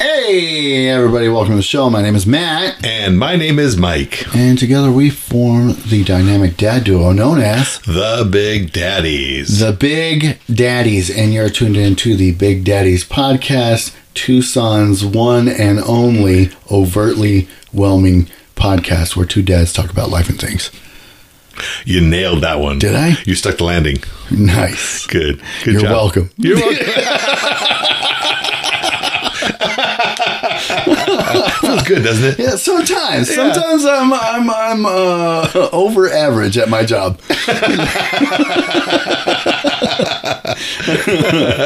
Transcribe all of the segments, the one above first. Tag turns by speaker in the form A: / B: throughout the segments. A: Hey, everybody, welcome to the show. My name is Matt,
B: And my name is Mike,
A: and together we form the dynamic dad duo known as
B: the Big Daddies.
A: the Big Daddies. And you're tuned in to the Big Daddies podcast, Tucson's one and only overtly whelming podcast where two dads talk about life and things.
B: You nailed that one.
A: Did I?
B: You stuck the landing.
A: Nice.
B: Good. Good
A: You're
B: job.
A: welcome.
B: You're welcome. Feels good, doesn't it?
A: Yeah, sometimes.
B: Yeah.
A: Sometimes I'm I'm I'm uh, over average at my job.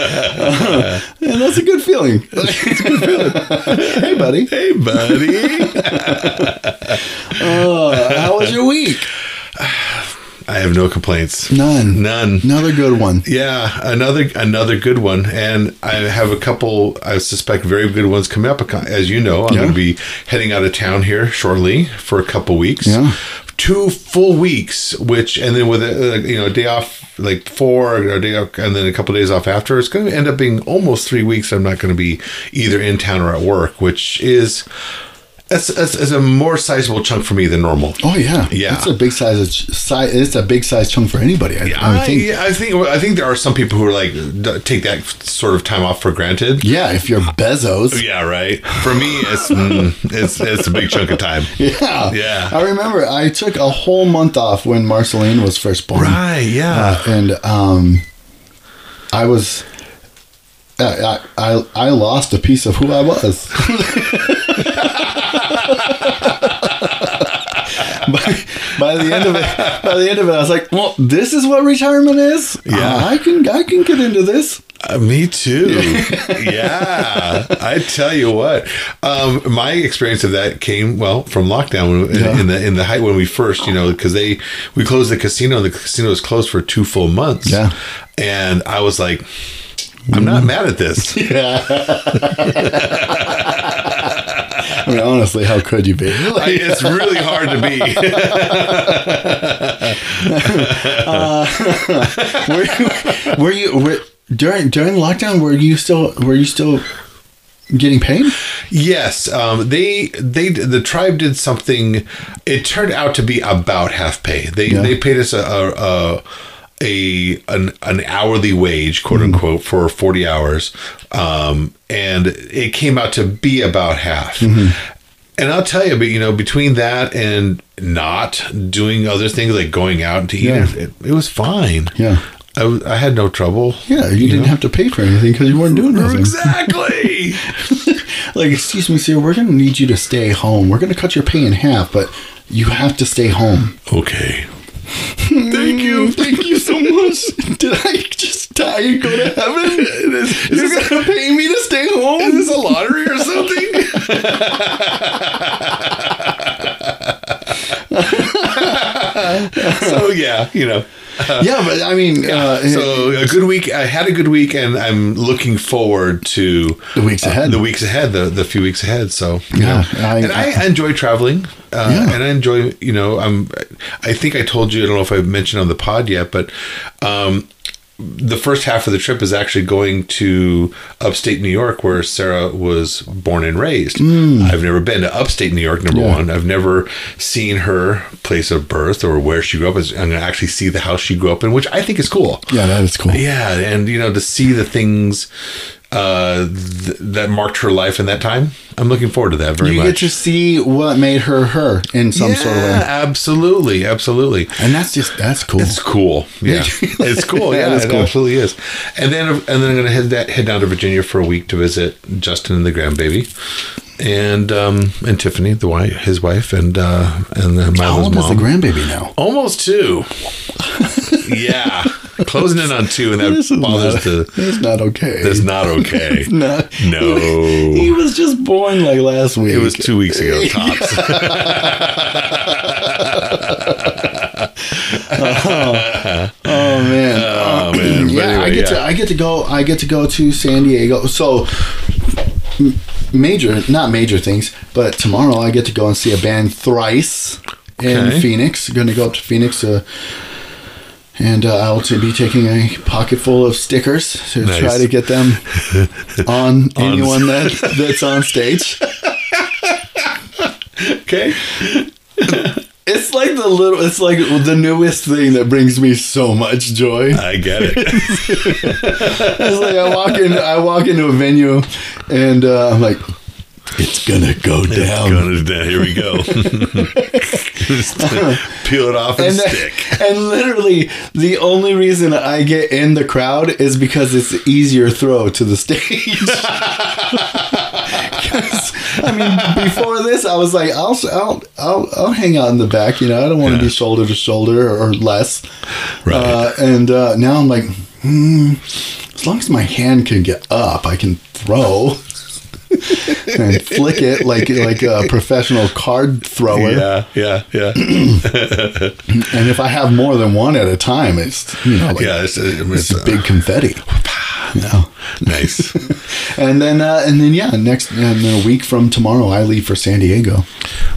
A: and that's a good feeling. hey, buddy.
B: Hey, buddy.
A: Uh, how was your week?
B: I have no complaints.
A: None.
B: None.
A: Another good one.
B: Yeah, another another good one, and I have a couple. I suspect very good ones coming up. As you know, I'm
A: Yeah.
B: going to be heading out of town here shortly for a couple weeks.
A: Yeah.
B: Two full weeks, which and then with a, uh, you know a day off, like four or a day off, and then a couple days off after, it's going to end up being almost three weeks. I'm not going to be either in town or at work, which is that's, that's, that's a more sizable chunk for me than normal.
A: Oh yeah,
B: Yeah.
A: It's a big size. Of ch- size it's a big size chunk for anybody. I, I would
B: I,
A: think.
B: I think I think there are some people who are like d- take that sort of time off for granted.
A: Yeah, if you're Bezos.
B: Yeah, right. For me, it's mm, it's it's a big chunk of time.
A: Yeah.
B: Yeah.
A: I remember I took a whole month off when Marceline was first born.
B: Right. Yeah.
A: and um, I was. I, I I- I lost a piece of who I was. by, by the end of it, by the end of it, I was like, "Well, this is what retirement is.
B: Yeah.
A: Uh, I can I can get into this."
B: Uh, me too. yeah. I tell you what, um, my experience of that came well from lockdown when, in,
A: Yeah.
B: in the in the height when we first, you know, because they we closed the casino. and The casino was closed for two full months.
A: Yeah.
B: And I was like, I'm not mad at this.
A: I mean, honestly, how could you be?
B: I, it's really hard to be.
A: were, were you were, during during lockdown? Were you still were you still getting paid?
B: Yes, um, they they the tribe did something. It turned out to be about half pay. They
A: Yeah.
B: they paid us a a, a, a an, an hourly wage, quote
A: Hmm.
B: unquote, for forty hours, um, and it came out to be about half.
A: Mm-hmm.
B: And I'll tell you, but you know, between that and not doing other things like going out to eat,
A: Yeah.
B: it, it was fine.
A: Yeah.
B: I, was- I had no trouble.
A: Yeah, you, didn't
B: know?
A: have to pay for anything because you weren't doing nothing.
B: exactly.
A: like, excuse me, sir, we're going to need you to stay home. We're going to cut your pay in half, but you have to stay home.
B: okay.
A: Thank you. Thank you so much. Did I just die and go to heaven? You're going to pay me to stay home?
B: Is this a lottery or something? so yeah, you know.
A: yeah, but I mean, uh,
B: So a good week. I had a good week, and I'm looking forward to uh,
A: The weeks ahead.
B: The weeks ahead. The the few weeks ahead. So you
A: Yeah,
B: know.
A: I-
B: and I, enjoy traveling. Uh,
A: Yeah.
B: And I enjoy. You know, I'm. I think I told you. I don't know if I've mentioned on the pod yet, but. Um, the first half of the trip is actually going to upstate New York, where Sarah was born and raised. I've never been to upstate New York, number
A: Mm. Yeah.
B: one. I've never seen her place of birth or where she grew up. I'm going to actually see the house she grew up in, which I think is cool.
A: yeah, that is cool.
B: Yeah, and you know to see the things uh, th- that marked her life in that time. I'm looking forward to that very
A: You
B: much.
A: get to see what made her her in some
B: yeah,
A: sort of way.
B: absolutely, absolutely.
A: And that's just, that's cool.
B: It's cool. Yeah, it's cool. Yeah,
A: That is
B: it
A: cool.
B: absolutely is. And then, and then I'm going to head that head down to Virginia for a week to visit Justin and the grandbaby, and um, and Tiffany, the wife, his wife, and uh, and then my
A: How
B: mom.
A: old is the grandbaby now?
B: Almost two. yeah, closing in on two, and
A: This
B: that
A: is
B: bothers
A: not,
B: the.
A: That's not okay.
B: That's not okay.
A: No. He
B: No.
A: was just born like last week.
B: It was two weeks ago, tops.
A: Oh man.
B: Oh, man. But
A: yeah, I
B: anyway,
A: get
B: yeah.
A: to I get to go I get to go to San Diego. So m- major not major things, but tomorrow I get to go and see a band thrice
B: Okay.
A: in Phoenix. Going to go up to Phoenix uh, and uh, I'll t- be taking a pocket full of stickers to
B: Nice.
A: try to get them on anyone
B: s-
A: that, that's on stage.
B: Okay.
A: It's like the little, it's like the newest thing that brings me so much joy.
B: I get it.
A: It's like I walk in, I walk into a venue, and uh, I'm like, it's gonna go down.
B: Gonna- now, here we go. Peel it off and,
A: and,
B: stick.
A: and literally, the only reason I get in the crowd is because it's the easier throw to the stage. 'Cause, I mean, before this, I was like, I'll, I'll, I'll, I'll hang out in the back. You know, I don't want to
B: Yeah.
A: be shoulder to shoulder or less.
B: Right.
A: Uh, and uh, now I'm like, hmm, as long as my hand can get up, I can throw and flick it like like a professional card thrower.
B: yeah, yeah, yeah,
A: And if I have more than one at a time, it's you know like
B: yeah. It's, it's,
A: it's uh, big confetti. No.
B: nice.
A: And then uh, and then yeah, next and then a week from tomorrow, I leave for San Diego.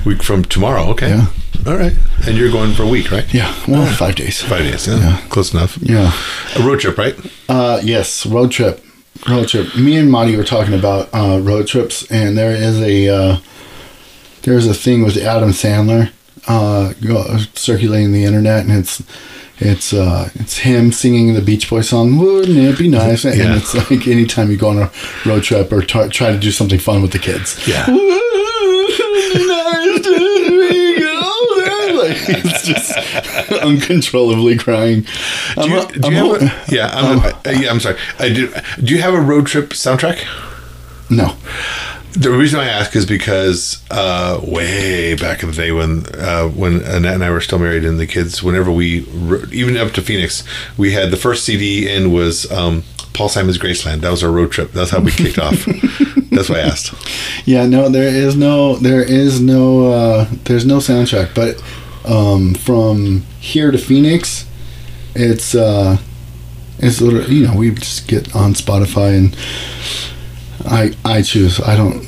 B: Week from tomorrow. Okay.
A: Yeah.
B: All right. And you're going for a week, right?
A: Yeah, well, five days.
B: Five days. Yeah. Close enough.
A: Yeah.
B: A road trip, right?
A: Uh, yes, road trip. Road trip. Me and Monty were talking about uh, road trips, and there is a uh, there is a thing with Adam Sandler uh, go- circulating the internet, and it's it's uh, it's him singing the Beach Boy song. Wouldn't it be nice? And
B: Yeah.
A: it's like anytime you go on a road trip or tar- try to do something fun with the kids.
B: Yeah.
A: Like, it's just uncontrollably crying.
B: Do you, do you have
A: ho-
B: a, yeah, I'm, uh, yeah, I'm sorry. I do. Do you have a road trip soundtrack?
A: no.
B: The reason I ask is because uh, way back in the day when uh, when Annette and I were still married and the kids, whenever we ro- even up to Phoenix, we had the first CD in was um, Paul Simon's Graceland. That was our road trip. That's how we kicked off. That's why I asked.
A: Yeah, no, there is no, there is no, uh, there's no soundtrack. But um, from here to Phoenix, it's, uh, it's little, you know, we just get on Spotify and I, I choose. I don't.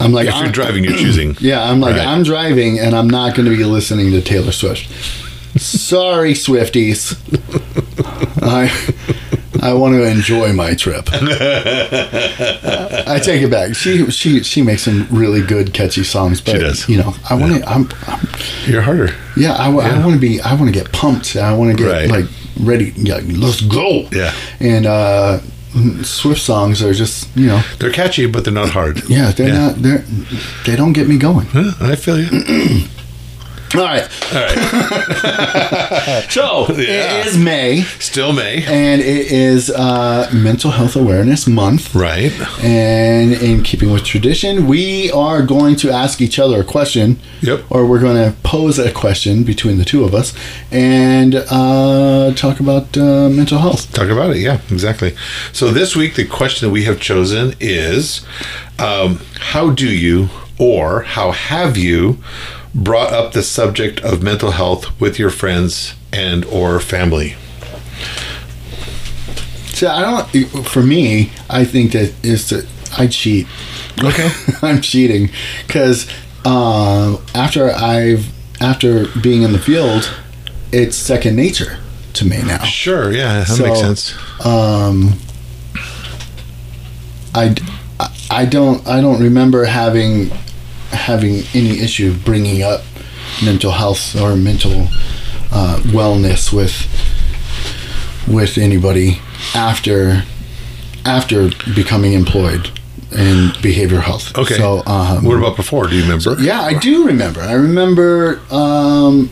A: I'm like,
B: If you're
A: I'm-
B: driving, you're choosing.
A: yeah, I'm like,
B: Right.
A: I'm driving and I'm not going to be listening to Taylor Swift. Sorry, Swifties. I I want to enjoy my trip. I take it back. She she she makes some really good catchy songs, but
B: does.
A: you know, I want to. I'm, I'm
B: You're harder.
A: yeah, I, want to be. I want to get pumped. I want to get
B: Right.
A: like ready. Yeah, let's go.
B: Yeah.
A: and uh, Swift songs are just you know.
B: They're catchy, but they're not hard.
A: Yeah, they're not. They're they don't get me going.
B: Huh, I feel you.
A: All right.
B: All right.
A: So
B: Yeah.
A: it is May,
B: Still May.
A: and it is uh, Mental Health Awareness Month.
B: Right.
A: And in keeping with tradition, we are going to ask each other a question.
B: Yep.
A: Or we're going to pose a question between the two of us and uh, talk about uh, mental health.
B: Talk about it. Yeah, exactly. So this week, the question that we have chosen is um, how do you or how have you brought up the subject of mental health with your friends and or family?
A: So I don't. For me, I think that is that I cheat.
B: Okay.
A: I'm cheating because um, after I've after being in the field, it's second nature to me now.
B: Sure. Yeah, that
A: So,
B: makes sense.
A: um, I, I don't I don't remember having having any issue bringing up mental health or mental uh, wellness with with anybody after after becoming employed in behavioral health.
B: Okay.
A: So um,
B: what about before? Do you remember?
A: yeah, I do remember. I remember um,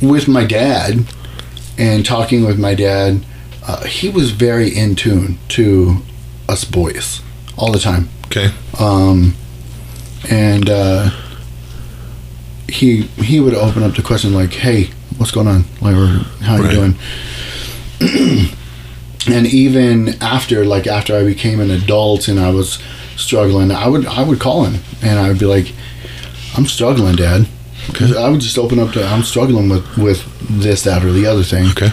A: with my dad and talking with my dad. Uh, he was very in tune to us boys all the time,
B: Okay.
A: um, and uh, he he would open up the question like, "Hey, what's going on? Like, or how
B: Right.
A: you doing?" and even after like after I became an adult and I was struggling, I would I would call him and I would be like, "I'm struggling, Dad. Because I would just open up to I'm struggling with with this, that, or the other thing.
B: Okay.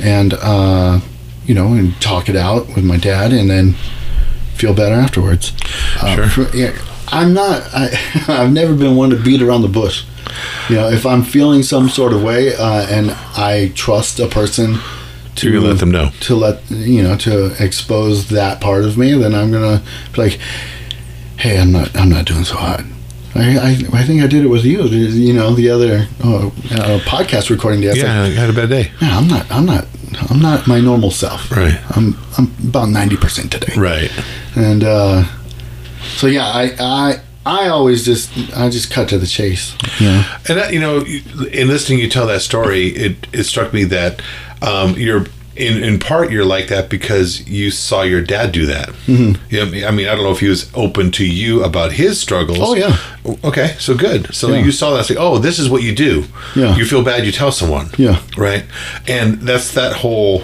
A: And uh, you know, and talk it out with my dad, and then feel better afterwards. Uh,
B: Sure.
A: fr- yeah, I'm not. I, I've never been one to beat around the bush. You know, if I'm feeling some sort of way, uh, and I trust a person to
B: You let them know.
A: to let you know to expose that part of me, then I'm gonna be like, "Hey, I'm not. I'm not doing so hot." I, I, I think I did it with you. You know, the other uh, uh, podcast recording day. I was like,
B: Yeah, I had a bad day.
A: Man, I'm not. I'm not. I'm not my normal self.
B: Right.
A: I'm. I'm about ninety percent today.
B: Right.
A: And uh, so yeah, I. I. I always just. I just cut to the chase. Yeah.
B: And that, you know, in listening you tell that story, it it struck me that um, you're in in part you're like that because you saw your dad do that. Mm-hmm. I mean, I don't know if he was open to you about his struggles.
A: Oh, yeah.
B: Okay, so good. So
A: Yeah.
B: you saw that, say, oh, this is what you do.
A: Yeah.
B: You feel bad, you tell someone.
A: Yeah.
B: Right. And that's that whole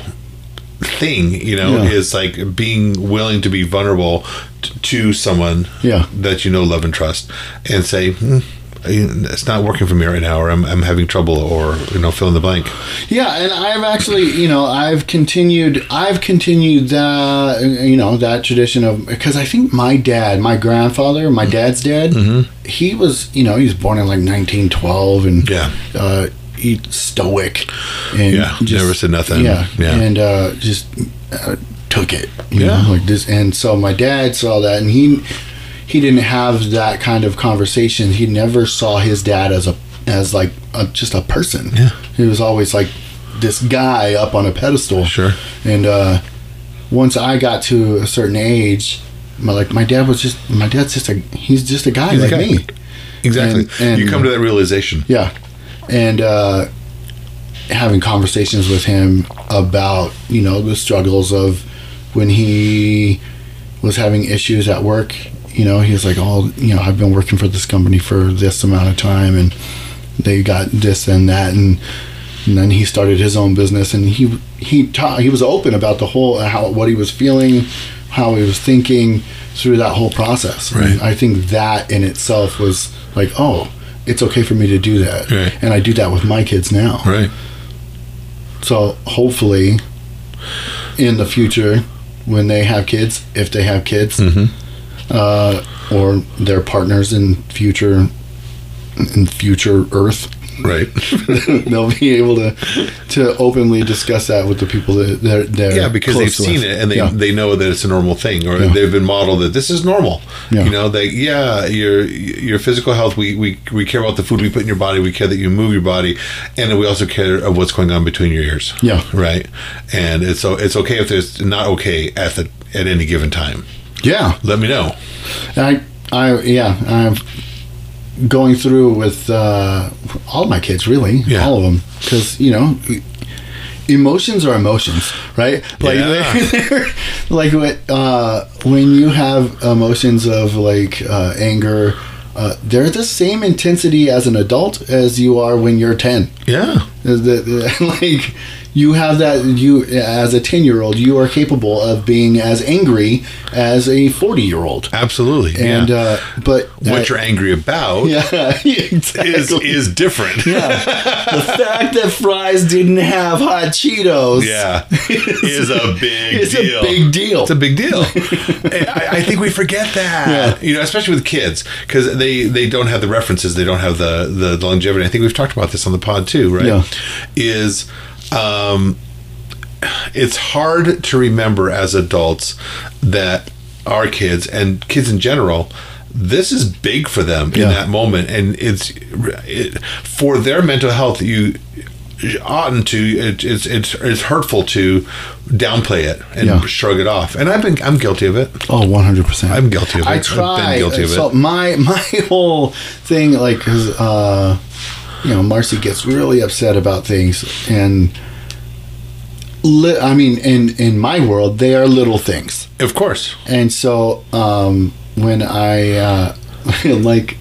B: thing you know
A: Yeah.
B: is like being willing to be vulnerable t- to someone
A: Yeah.
B: that you know, love, and trust, and say, hmm, it's not working for me right now, or I'm, I'm having trouble, or, you know, fill in the blank.
A: Yeah, and I've actually, you know, I've continued, I've continued that, you know, that tradition of because I think my dad, my grandfather, my
B: Mm-hmm.
A: dad's dad, he was, you know, he was born in like 1912, and
B: Yeah.
A: uh, he stoic, and
B: Yeah, never said nothing.
A: yeah,
B: Yeah.
A: and uh, just uh, took it, you
B: Yeah.
A: know, like this. And so my dad saw that, and he he didn't have that kind of conversation. He never saw his dad as a as like a, just a person.
B: Yeah.
A: he was always like this guy up on a pedestal.
B: Sure.
A: And uh, once I got to a certain age, my like my dad was just my dad's just a he's just a guy
B: He's a
A: like
B: guy.
A: me.
B: Exactly.
A: And- and-
B: you come to that realization.
A: Yeah, and uh, having conversations with him about you know the struggles of when he was having issues at work. You know, he was like, "Oh, you know, I've been working for this company for this amount of time, and they got this and that, and, and then he started his own business, and he he ta- he was open about the whole uh, how what he was feeling, how he was thinking through that whole process.
B: Right.
A: I think that in itself was like, oh, it's okay for me to do that,
B: Right.
A: and I do that with my kids now.
B: Right.
A: So hopefully, in the future, when they have kids, if they have kids,
B: Mm-hmm.
A: uh, or their partners in future, in future Earth,
B: Right.
A: they'll be able to to openly discuss that with the people that they're, they're
B: Yeah, because they've
A: close to
B: seen
A: us.
B: it and they,
A: Yeah.
B: they know that it's a normal thing, or
A: Yeah.
B: they've been modeled that this is normal.
A: Yeah.
B: You know, they yeah, your your physical health. We, we we care about the food we put in your body. We care that you move your body, and we also care of what's going on between your ears.
A: Yeah.
B: Right. And it's so it's okay if there's not okay at the at any given time.
A: yeah.
B: Let me know.
A: I, I, yeah, I'm going through with uh, all my kids, really,
B: Yeah.
A: all of them, because you know, emotions are emotions, right? Like,
B: Yeah.
A: they're, like what uh, when you have emotions of like uh, anger, uh, they're the same intensity as an adult as you are when you're ten.
B: Yeah.
A: The- the- like you have that you as a 10 year old you are capable of being as angry as a 40 year old
B: Absolutely.
A: and
B: yeah.
A: uh, but
B: what
A: that-
B: you're angry about
A: yeah exactly.
B: is is different.
A: yeah the fact that fries didn't have hot Cheetos
B: Yeah. is a big
A: It's a
B: deal.
A: big deal.
B: It's a big deal. And I, I think we forget that. You know, especially with kids because they they don't have the references, they don't have the, the the longevity. I think we've talked about this on the pod too, right?
A: Yeah.
B: Is um it's hard to remember as adults that our kids and kids in general this is big for them in
A: Yeah.
B: that moment and it's it, for their mental health you oughtn't to it, it's it's it's hurtful to downplay it and
A: Yeah.
B: shrug it off and i've been i'm guilty of it
A: Oh, 100%.
B: I'm guilty of it.
A: I
B: I've been
A: try.
B: guilty of
A: so
B: it.
A: my my whole thing like cuz uh you know, Marcy gets really upset about things and li- I mean in in my world they are little things.
B: of course
A: And so um when I uh like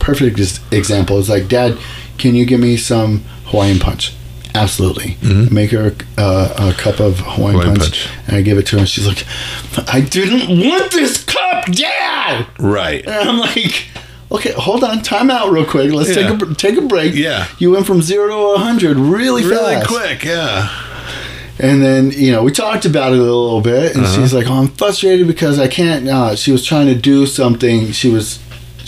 A: perfect ex- example is like dad, can you give me some Hawaiian punch? Absolutely. Make her uh, a cup of Hawaiian,
B: Mm-hmm. Hawaiian
A: punch,
B: punch.
A: and I give it to her. And she's like, "I didn't want this cup, Dad."
B: right
A: And I'm like, Okay, hold on. Time out real quick. Let's
B: Yeah.
A: take a br- take a break.
B: Yeah.
A: You went from 0 to 100 really,
B: Really
A: fast.
B: quick, yeah.
A: And then, you know, we talked about it a little bit,
B: Uh-huh.
A: and she's like, "Oh, I'm frustrated because I can't." Uh, she was trying to do something. She was,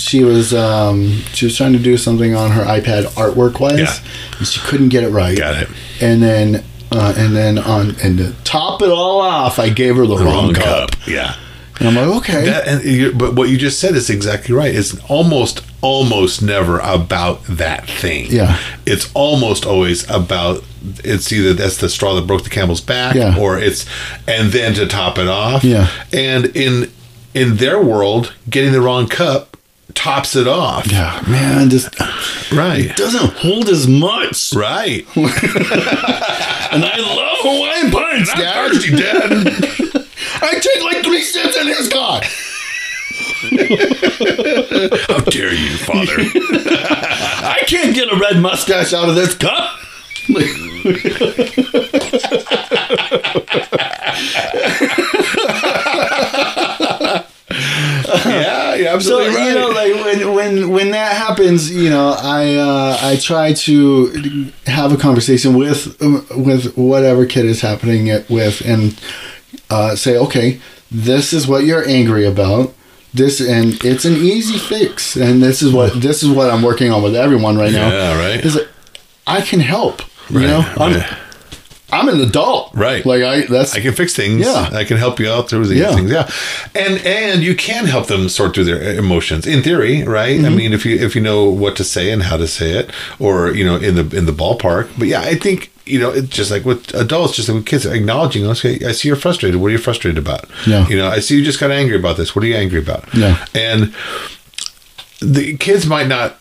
A: she was, um, she was trying to do something on her iPad artwork wise,
B: Yeah.
A: and she couldn't get it right.
B: Got it.
A: And then, uh, and then on, and to top it all off, I gave her the, wrong, cup.
B: Yeah.
A: and I'm like, okay,
B: That, and you but what you just said is exactly right. It's almost, almost never about that thing.
A: Yeah.
B: It's almost always about. It's either that's the straw that broke the camel's back,
A: Yeah.
B: or it's, and then to top it off,
A: Yeah.
B: And in in their world, getting the wrong cup tops it off,
A: yeah, man, just
B: right?
A: doesn't hold as much.
B: Right.
A: And I love Hawaiian punch, Dad.
B: Thirsty Dad.
A: I take like three sips, and it's gone.
B: How dare you, Father?
A: I can't get a red mustache out of this cup.
B: yeah, you're
A: So
B: absolutely right.
A: you know, like when when when that happens, you know, I uh, I try to have a conversation with with whatever kid is happening it with, and uh, say, okay, this is what you're angry about. This and it's an easy fix, and this is what this is what I'm working on with everyone right now.
B: Yeah, right.
A: Is that I can help. You
B: Right,
A: know, I'm
B: right.
A: I'm an adult.
B: Right.
A: Like I that's
B: I can fix things.
A: Yeah.
B: I can help you out through these
A: Yeah.
B: things. Yeah. And and you can help them sort through their uh, emotions in theory, right?
A: Mm-hmm.
B: I mean, if you if you know what to say and how to say it, or you know, in the in the ballpark. But yeah, I think you know, it's just like with adults, just like with kids, acknowledging, okay, I see you're frustrated. What are you frustrated about?
A: Yeah.
B: You know, I see you just got angry about this. What are you angry about?
A: Yeah.
B: And the kids might not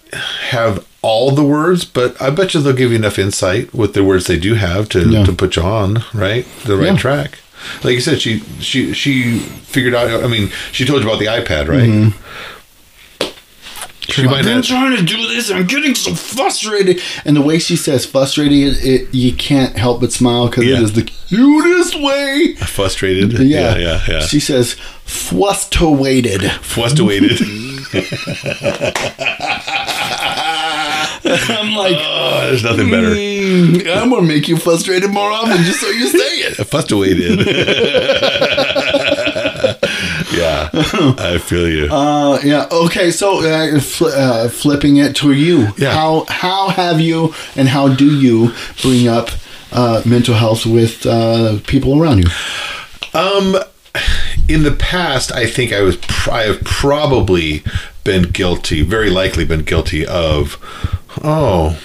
B: have all the words, but I bet you they'll give you enough insight with the words they do have to,
A: Yeah.
B: to put you on right the right
A: Yeah.
B: track. Like you said, she she she figured out. I mean, she told you about the iPad, right?
A: Mm-hmm.
B: She might
A: I've been
B: have,
A: trying to do this. I'm getting so frustrated. And the way she says frustrated, it, it you can't help but smile because
B: Yeah.
A: it is the cutest way.
B: frustrated.
A: Yeah,
B: yeah, yeah. yeah.
A: She says frustrated.
B: frustrated.
A: I'm like,
B: oh, there's nothing better.
A: "Mm, I'm gonna make you frustrated more often just so you say it.
B: Frustrated. yeah, I feel you.
A: Uh, yeah. Okay. So uh, fl- uh, flipping it to you,
B: Yeah.
A: how how have you and how do you bring up uh, mental health with uh, people around you?
B: in the past, I think I was pr- I have probably been guilty, very likely been guilty of, oh,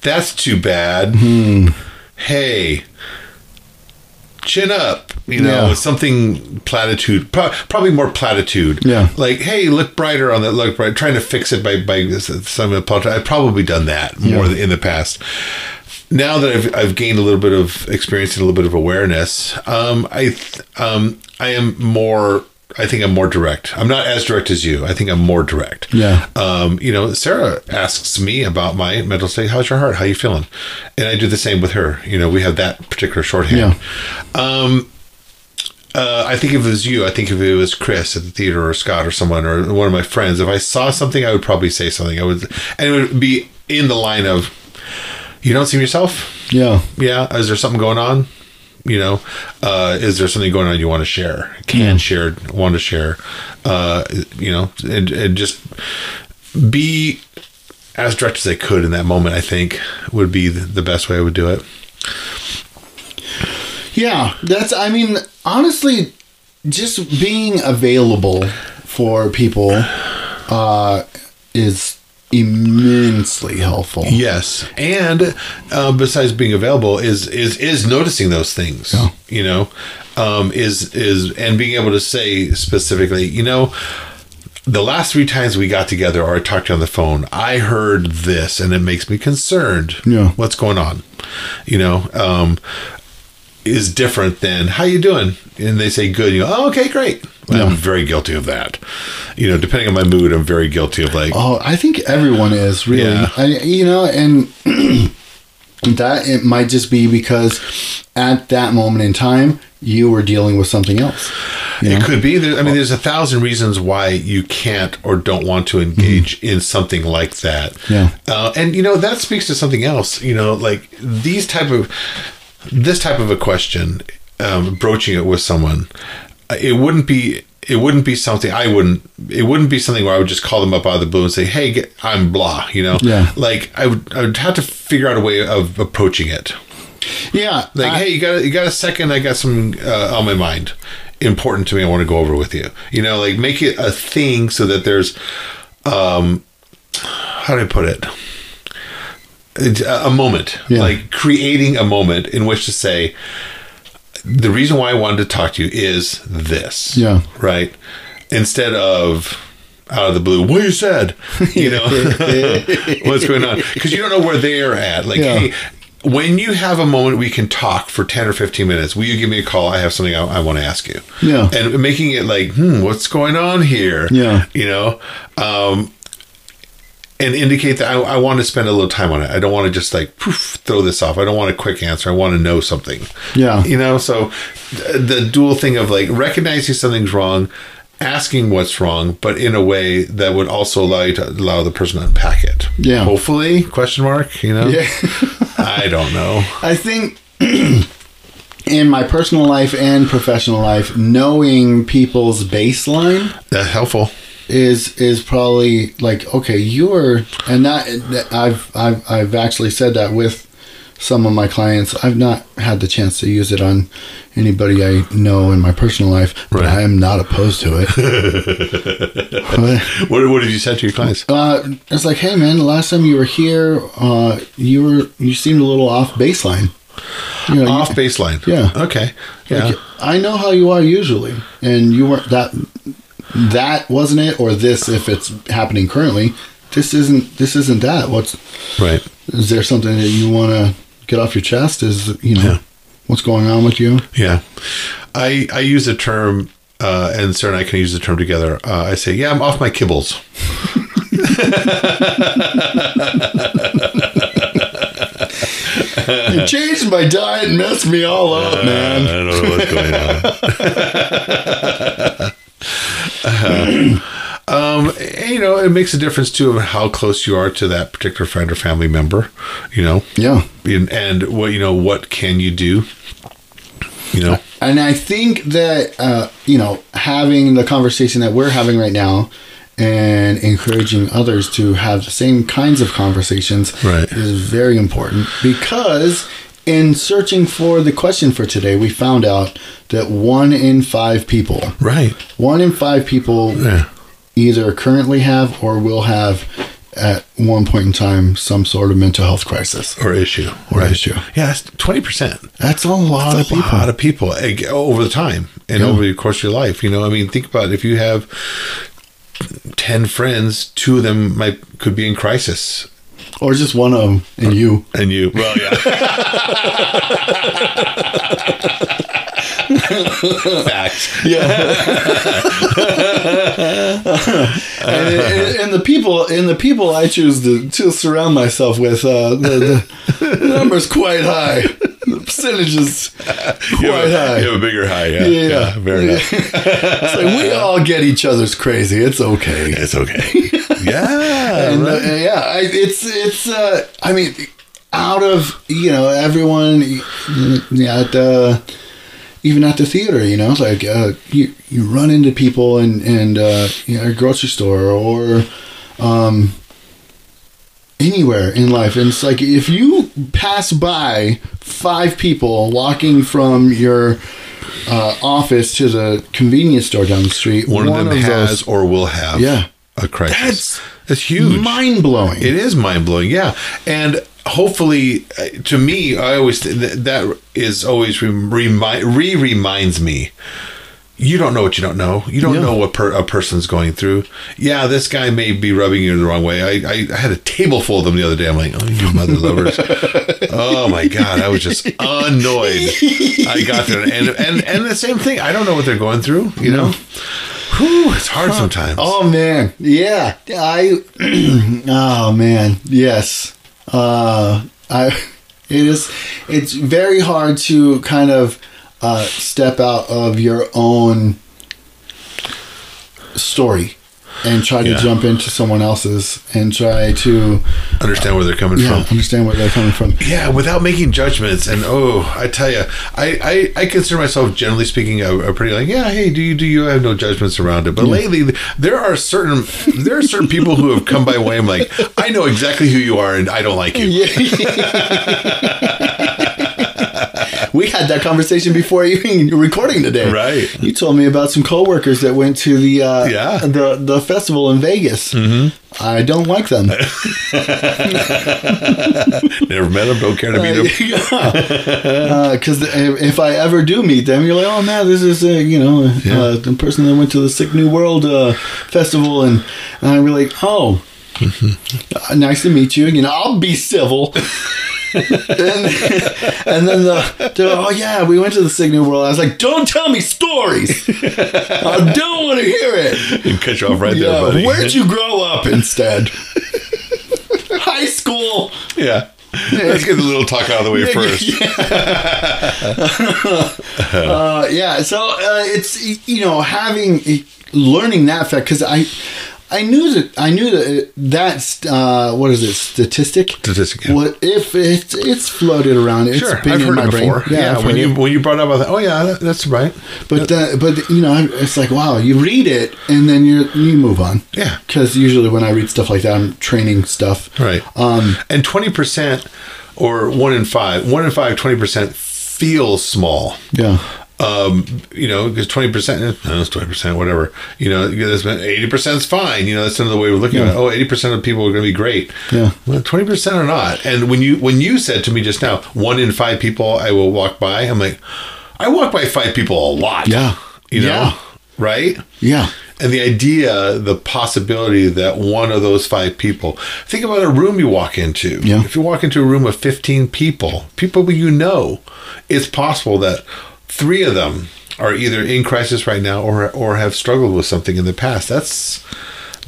B: that's too bad.
A: Hmm.
B: Hey, chin up. You know,
A: Yeah.
B: something platitude, pro- probably more platitude.
A: Yeah.
B: like hey, look brighter on that. Look bright. Trying to fix it by by some apology. I've probably done that more in the past now that I've, I've gained a little bit of experience and a little bit of awareness, um, I th- um, I am more. I think I'm more direct. I'm not as direct as you. I think I'm more direct.
A: Yeah.
B: Um, you know, Sarah asks me about my mental state. How's your heart? How you feeling? And I do the same with her. You know, we have that particular shorthand. Um, uh, I think if it was you, I think if it was Chris at the theater or Scott or someone or one of my friends, if I saw something, I would probably say something. I would, and it would be in the line of, "You don't seem yourself."
A: Yeah.
B: yeah is there something going on you know uh is there something going on you want to share can share want to share uh you know and, and just be as direct as i could in that moment i think would be the, the best way i would do it
A: Yeah, that's. I mean, honestly, just being available for people uh, is immensely helpful.
B: yes and uh, besides being available is is is noticing those things you know um is is and being able to say specifically you know the last three times we got together or I talked to you on the phone, I heard this and it makes me concerned.
A: Yeah.
B: What's going on? You know, um, is different than how you doing? And they say good. You go, oh, okay, great. I'm very guilty of that. You know, depending on my mood, I'm very guilty of like,
A: Oh, I think everyone is really.
B: Yeah.
A: I, you know, and that it might just be because at that moment in time you were dealing with something else. You
B: It
A: know?
B: could be. There, I mean, there's a thousand reasons why you can't or don't want to engage in something like that.
A: Mm-hmm. Yeah.
B: Uh, and you know that speaks to something else. You know, like these type of this type of a question, um, broaching it with someone, uh, it wouldn't be. It wouldn't be something I wouldn't. It wouldn't be something where I would just call them up out of the blue and say, "Hey, get, I'm blah." You know,
A: Yeah.
B: Like I would. I would have to figure out a way of approaching it
A: Yeah.
B: like
A: I-
B: hey you got you got a second i got some uh, on my mind important to me i want to go over with you you know like make it a thing so that there's um how do i put it it's a, a moment
A: Yeah.
B: like creating a moment in which to say the reason why i wanted to talk to you is this
A: Yeah.
B: right instead of out of the blue what you said you know what's going on because you don't know where they're at like
A: Yeah.
B: hey when you have a moment we can talk for 10 or 15 minutes will you give me a call i have something i, I want to ask you
A: Yeah.
B: and making it like hmm what's going on here
A: Yeah.
B: you know um and indicate that I, I want to spend a little time on it. I don't want to just like poof, throw this off. I don't want a quick answer. I want to know something.
A: Yeah.
B: You know, so th- the dual thing of like recognizing something's wrong, asking what's wrong, but in a way that would also allow you to allow the person to unpack it.
A: Yeah.
B: Hopefully, question mark, you know?
A: Yeah.
B: I don't know.
A: I think in my personal life and professional life, knowing people's baseline
B: That's helpful.
A: is is probably like okay, you're and that that- I've I've I've actually said that with some of my clients. I've not had the chance to use it on anybody I know in my personal life, but
B: Right.
A: I am not opposed to it. But-
B: What, what have you said to your clients?
A: uh, it's like, hey man, the last time you were here, uh, you were you seemed a little off baseline. You know,
B: Off
A: you-
B: baseline.
A: Yeah.
B: Okay. Yeah.
A: like, I know how you are usually, and you weren't that. That wasn't it, or this if it's happening currently. This isn't. This isn't that. What's
B: Right.
A: is there something that you want to get off your chest? Is you know
B: Yeah.
A: what's going on with you?
B: Yeah, I I use the term, uh, and Sarah and I can use the term together. Uh, I say, yeah, I'm off my kibbles.
A: You changed my diet, and messed me all up, man.
B: I don't know what's going on. um, and, you know, it makes a difference too of how close you are to that particular friend or family member. You know,
A: Yeah.
B: and, and what you know, what can you do? You know,
A: And I think that uh, you know having the conversation that we're having right now, and encouraging others to have the same kinds of conversations
B: Right.
A: is very important because in searching for the question for today, we found out that one in five people,
B: right?
A: one in five people,
B: Yeah.
A: either currently have or will have at one point in time some sort of mental health crisis.
B: Or issue,
A: Or
B: right?
A: issue.
B: Yeah, that's twenty percent.
A: That's a lot of
B: a
A: people.
B: lot of people eh, over the time and
A: Yeah.
B: over the course of your life. You know, I mean, think about it. if you have ten friends, two of them might could be in crisis,
A: or just one of them and you.
B: and you. Well, yeah. Facts.
A: and, and, and the people and the people I choose to, to surround myself with, uh, the, the, the number's quite high. The percentage is quite
B: You have, a,
A: high.
B: you have a bigger high. Yeah.
A: Yeah.
B: very nice.
A: It's like we all get each other's crazy. It's okay.
B: It's okay. yeah.
A: and, uh,
B: right.
A: yeah, I, it's it's. Uh, I mean, out of you know everyone, yeah, at the, even at the theater, you know, it's like uh, you you run into people and and uh, you know, a grocery store or. Um, anywhere in life and it's like if you pass by five people walking from your uh, office to the convenience store down the street
B: One, of them has
A: those-
B: or will have
A: Yeah.
B: a crisis.
A: That's
B: That's, huge.
A: mind-blowing
B: It is mind blowing, yeah. And hopefully, uh, to me, I always th- that is always remind re reminds me. You don't know what you don't know. You don't
A: Yeah.
B: know what per, a person's going through. Yeah, this guy may be rubbing you the wrong way. I, I, I had a table full of them the other day. I'm like, oh, you mother lovers. oh my god, I was just annoyed. I got there, and and and the same thing. I don't know what they're going through. You know, Whew, it's hard sometimes.
A: Oh man, yeah. I oh man, yes. Uh, I it is. It's very hard to kind of uh, step out of your own story and try to
B: Yeah.
A: jump into someone else's and try to
B: Understand where they're coming
A: yeah,
B: from.
A: understand where they're coming from.
B: Yeah, without making judgments, and oh, I tell you, I, I, I consider myself generally speaking a, a pretty like yeah, hey, do you do you I have no judgments around it? But lately, there are certain there are certain people who have come by way. I'm like, I know exactly who you are, and I don't like you.
A: we had that conversation before you even recording today.
B: Right.
A: You told me about some coworkers that went to the uh,
B: Yeah.
A: the the festival in Vegas. Mm-hmm. I don't like them.
B: Never met him, don't care to
A: Uh,
B: meet him.
A: Because Uh, if if I ever do meet them, you're like, oh man, this is a, you know uh, the person that went to the Sick New World uh, festival, and, and I'm really like, oh. Uh, nice to meet you. You know, I'll be civil. and, and then the, they're like, oh yeah, we went to the Sick New World. I was like, don't tell me stories. I don't want to hear it.
B: And cut you off right
A: Yeah,
B: there, buddy.
A: where'd you grow up instead? High school.
B: Yeah. Let's get the little talk out of the way first.
A: uh, yeah. So uh, it's you know having learning that fact because I I knew that I knew that that's uh, what is it statistic
B: Statistic, yeah.
A: What if it's it's floated around? It's
B: Sure,
A: been
B: I've
A: in
B: heard
A: my
B: it before.
A: brain.
B: Yeah,
A: I've
B: when
A: heard
B: you
A: it.
B: when you brought up, I thought, oh yeah, that, that's right.
A: But that, but you know, it's like wow. You read it and then you you move on.
B: Yeah.
A: Because usually when I read stuff like that, I'm training stuff.
B: Right.
A: Um.
B: and 20% or one in five, one in five, 20% feels small.
A: Yeah.
B: Um, you know, because 20%, eh, no, it's 20%, whatever. You know, you know, that's been- 80% is fine. You know, that's another way of looking at it. Oh, 80% of people are going to be great.
A: Yeah.
B: Well, 20% are not. And when you, when you said to me just now, one in five people I will walk by, I'm like, I walk by five people a lot.
A: Yeah.
B: You know,
A: Yeah.
B: right?
A: Yeah.
B: And the idea, the possibility that one of those five people, think about a room you walk into.
A: Yeah.
B: If you walk into a room of 15 people, people you know, it's possible that three of them are either in crisis right now or, or have struggled with something in the past. That's,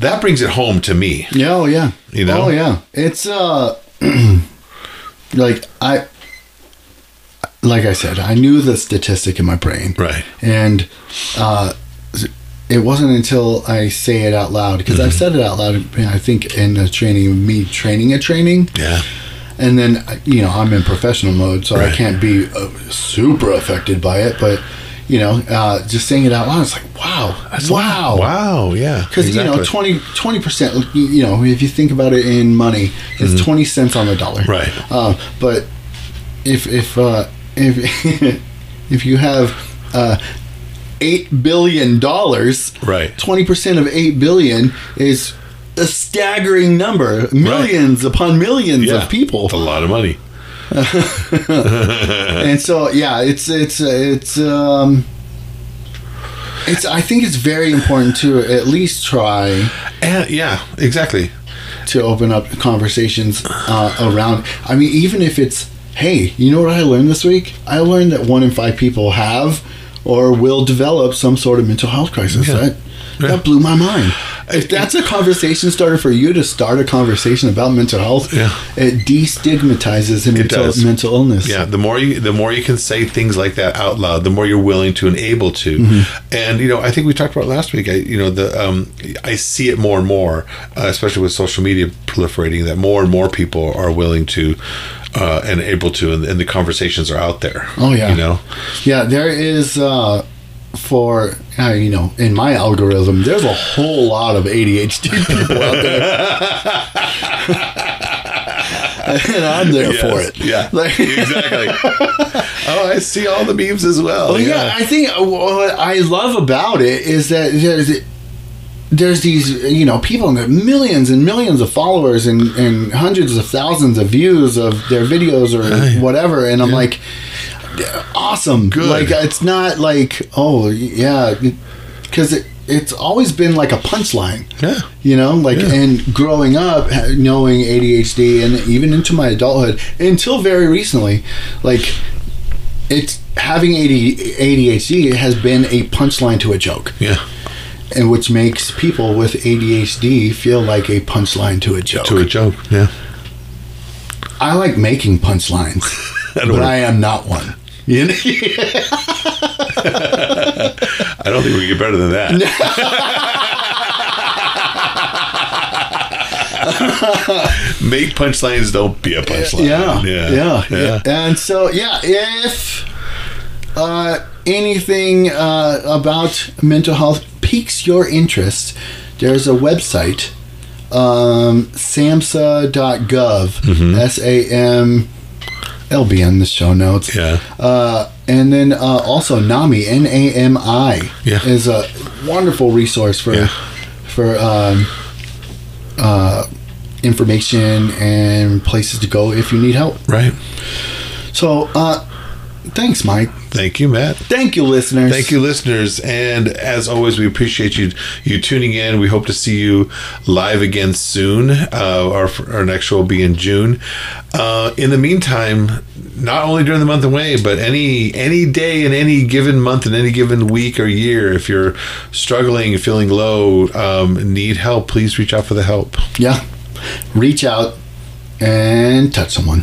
B: that brings it home to me.
A: Yeah, oh yeah.
B: You know?
A: Oh yeah. It's uh like I like I said, I knew the statistic in my brain.
B: Right.
A: And uh it wasn't until I say it out loud because
B: Mm-hmm.
A: I've said it out loud. I think in a training, me training a training,
B: Yeah.
A: and then you know I'm in professional mode, so I
B: Right.
A: can't be uh, super affected by it. But you know, uh, just saying it out loud, it's like wow, wow,
B: Wow. Yeah.
A: because you know
B: Exactly.
A: 20 20 percent. You know, if you think about it in money, it's twenty cents on the dollar.
B: Mm-hmm. Right.
A: Uh, but if if uh, if if you have uh, eight billion dollars,
B: Right.
A: Twenty percent of eight billion is a staggering number. Millions upon millions
B: yeah.
A: of people.
B: It's a lot of money.
A: and so yeah it's it's uh, it's um it's i think it's very important to at least try
B: And yeah, exactly.
A: to open up conversations uh, around i mean even if it's hey you know what i learned this week i learned that one in five people have or will develop some sort of mental health crisis
B: Yeah.
A: that
B: Yeah.
A: that blew my mind if that's a conversation starter for you to start a conversation about mental health
B: Yeah.
A: it destigmatizes mental,
B: does.
A: mental illness
B: Yeah, the more you the more you can say things like that out loud, the more you're willing to and able to.
A: Mm-hmm.
B: And you know, I think we talked about last week. I you know the um, I see it more and more, uh, especially with social media proliferating, that more and more people are willing to uh, and able to, and, and the conversations are out there.
A: Oh, yeah.
B: you know,
A: Yeah, there is uh, for uh, you know in my algorithm, there's a whole lot of ADHD people out there, and I'm there for it.
B: Yeah,
A: Like-
B: exactly. oh, I see all the memes as well.
A: Well, Oh, yeah. I think uh, what I love about it is that there's there's these you know people and they're millions and millions of followers and, and hundreds of thousands of views of their videos
B: Oh,
A: or whatever, and I'm like, awesome.
B: Good.
A: Like it's not like oh yeah, because it, it's always been like a punchline.
B: Yeah.
A: You know, like,
B: Yeah.
A: and growing up ha- knowing ADHD and even into my adulthood until very recently, like, it's having AD, ADHD has been a punchline to a joke,
B: yeah.
A: and which makes people with ADHD feel like a punchline to a joke.
B: To a joke. Yeah.
A: I like making punchlines, but
B: I don't,
A: I am not one. You know?
B: I don't think we can get better than that. Make punchlines, don't be a punchline.
A: yeah, yeah, yeah,
B: yeah.
A: And so, yeah, if uh, anything uh, about mental health piques your interest, there's a website, um, samhsa.gov, S A M. It'll be in the show notes.
B: Yeah.
A: Uh, and then uh, also NAMI, N A M I,
B: Yeah.
A: is a wonderful resource for
B: Yeah.
A: for um, uh, information and places to go if you need help.
B: Right.
A: So, uh, thanks, Mike.
B: Thank you, Matt.
A: Thank you, listeners.
B: Thank you, listeners. And as always, we appreciate you you tuning in. We hope to see you live again soon. Uh, our, our next show will be in June. Uh, in the meantime, not only during the month of May, but any any day in any given month in any given week or year, if you're struggling, feeling low, um, need help, please reach out for the help.
A: Yeah, reach out and touch someone.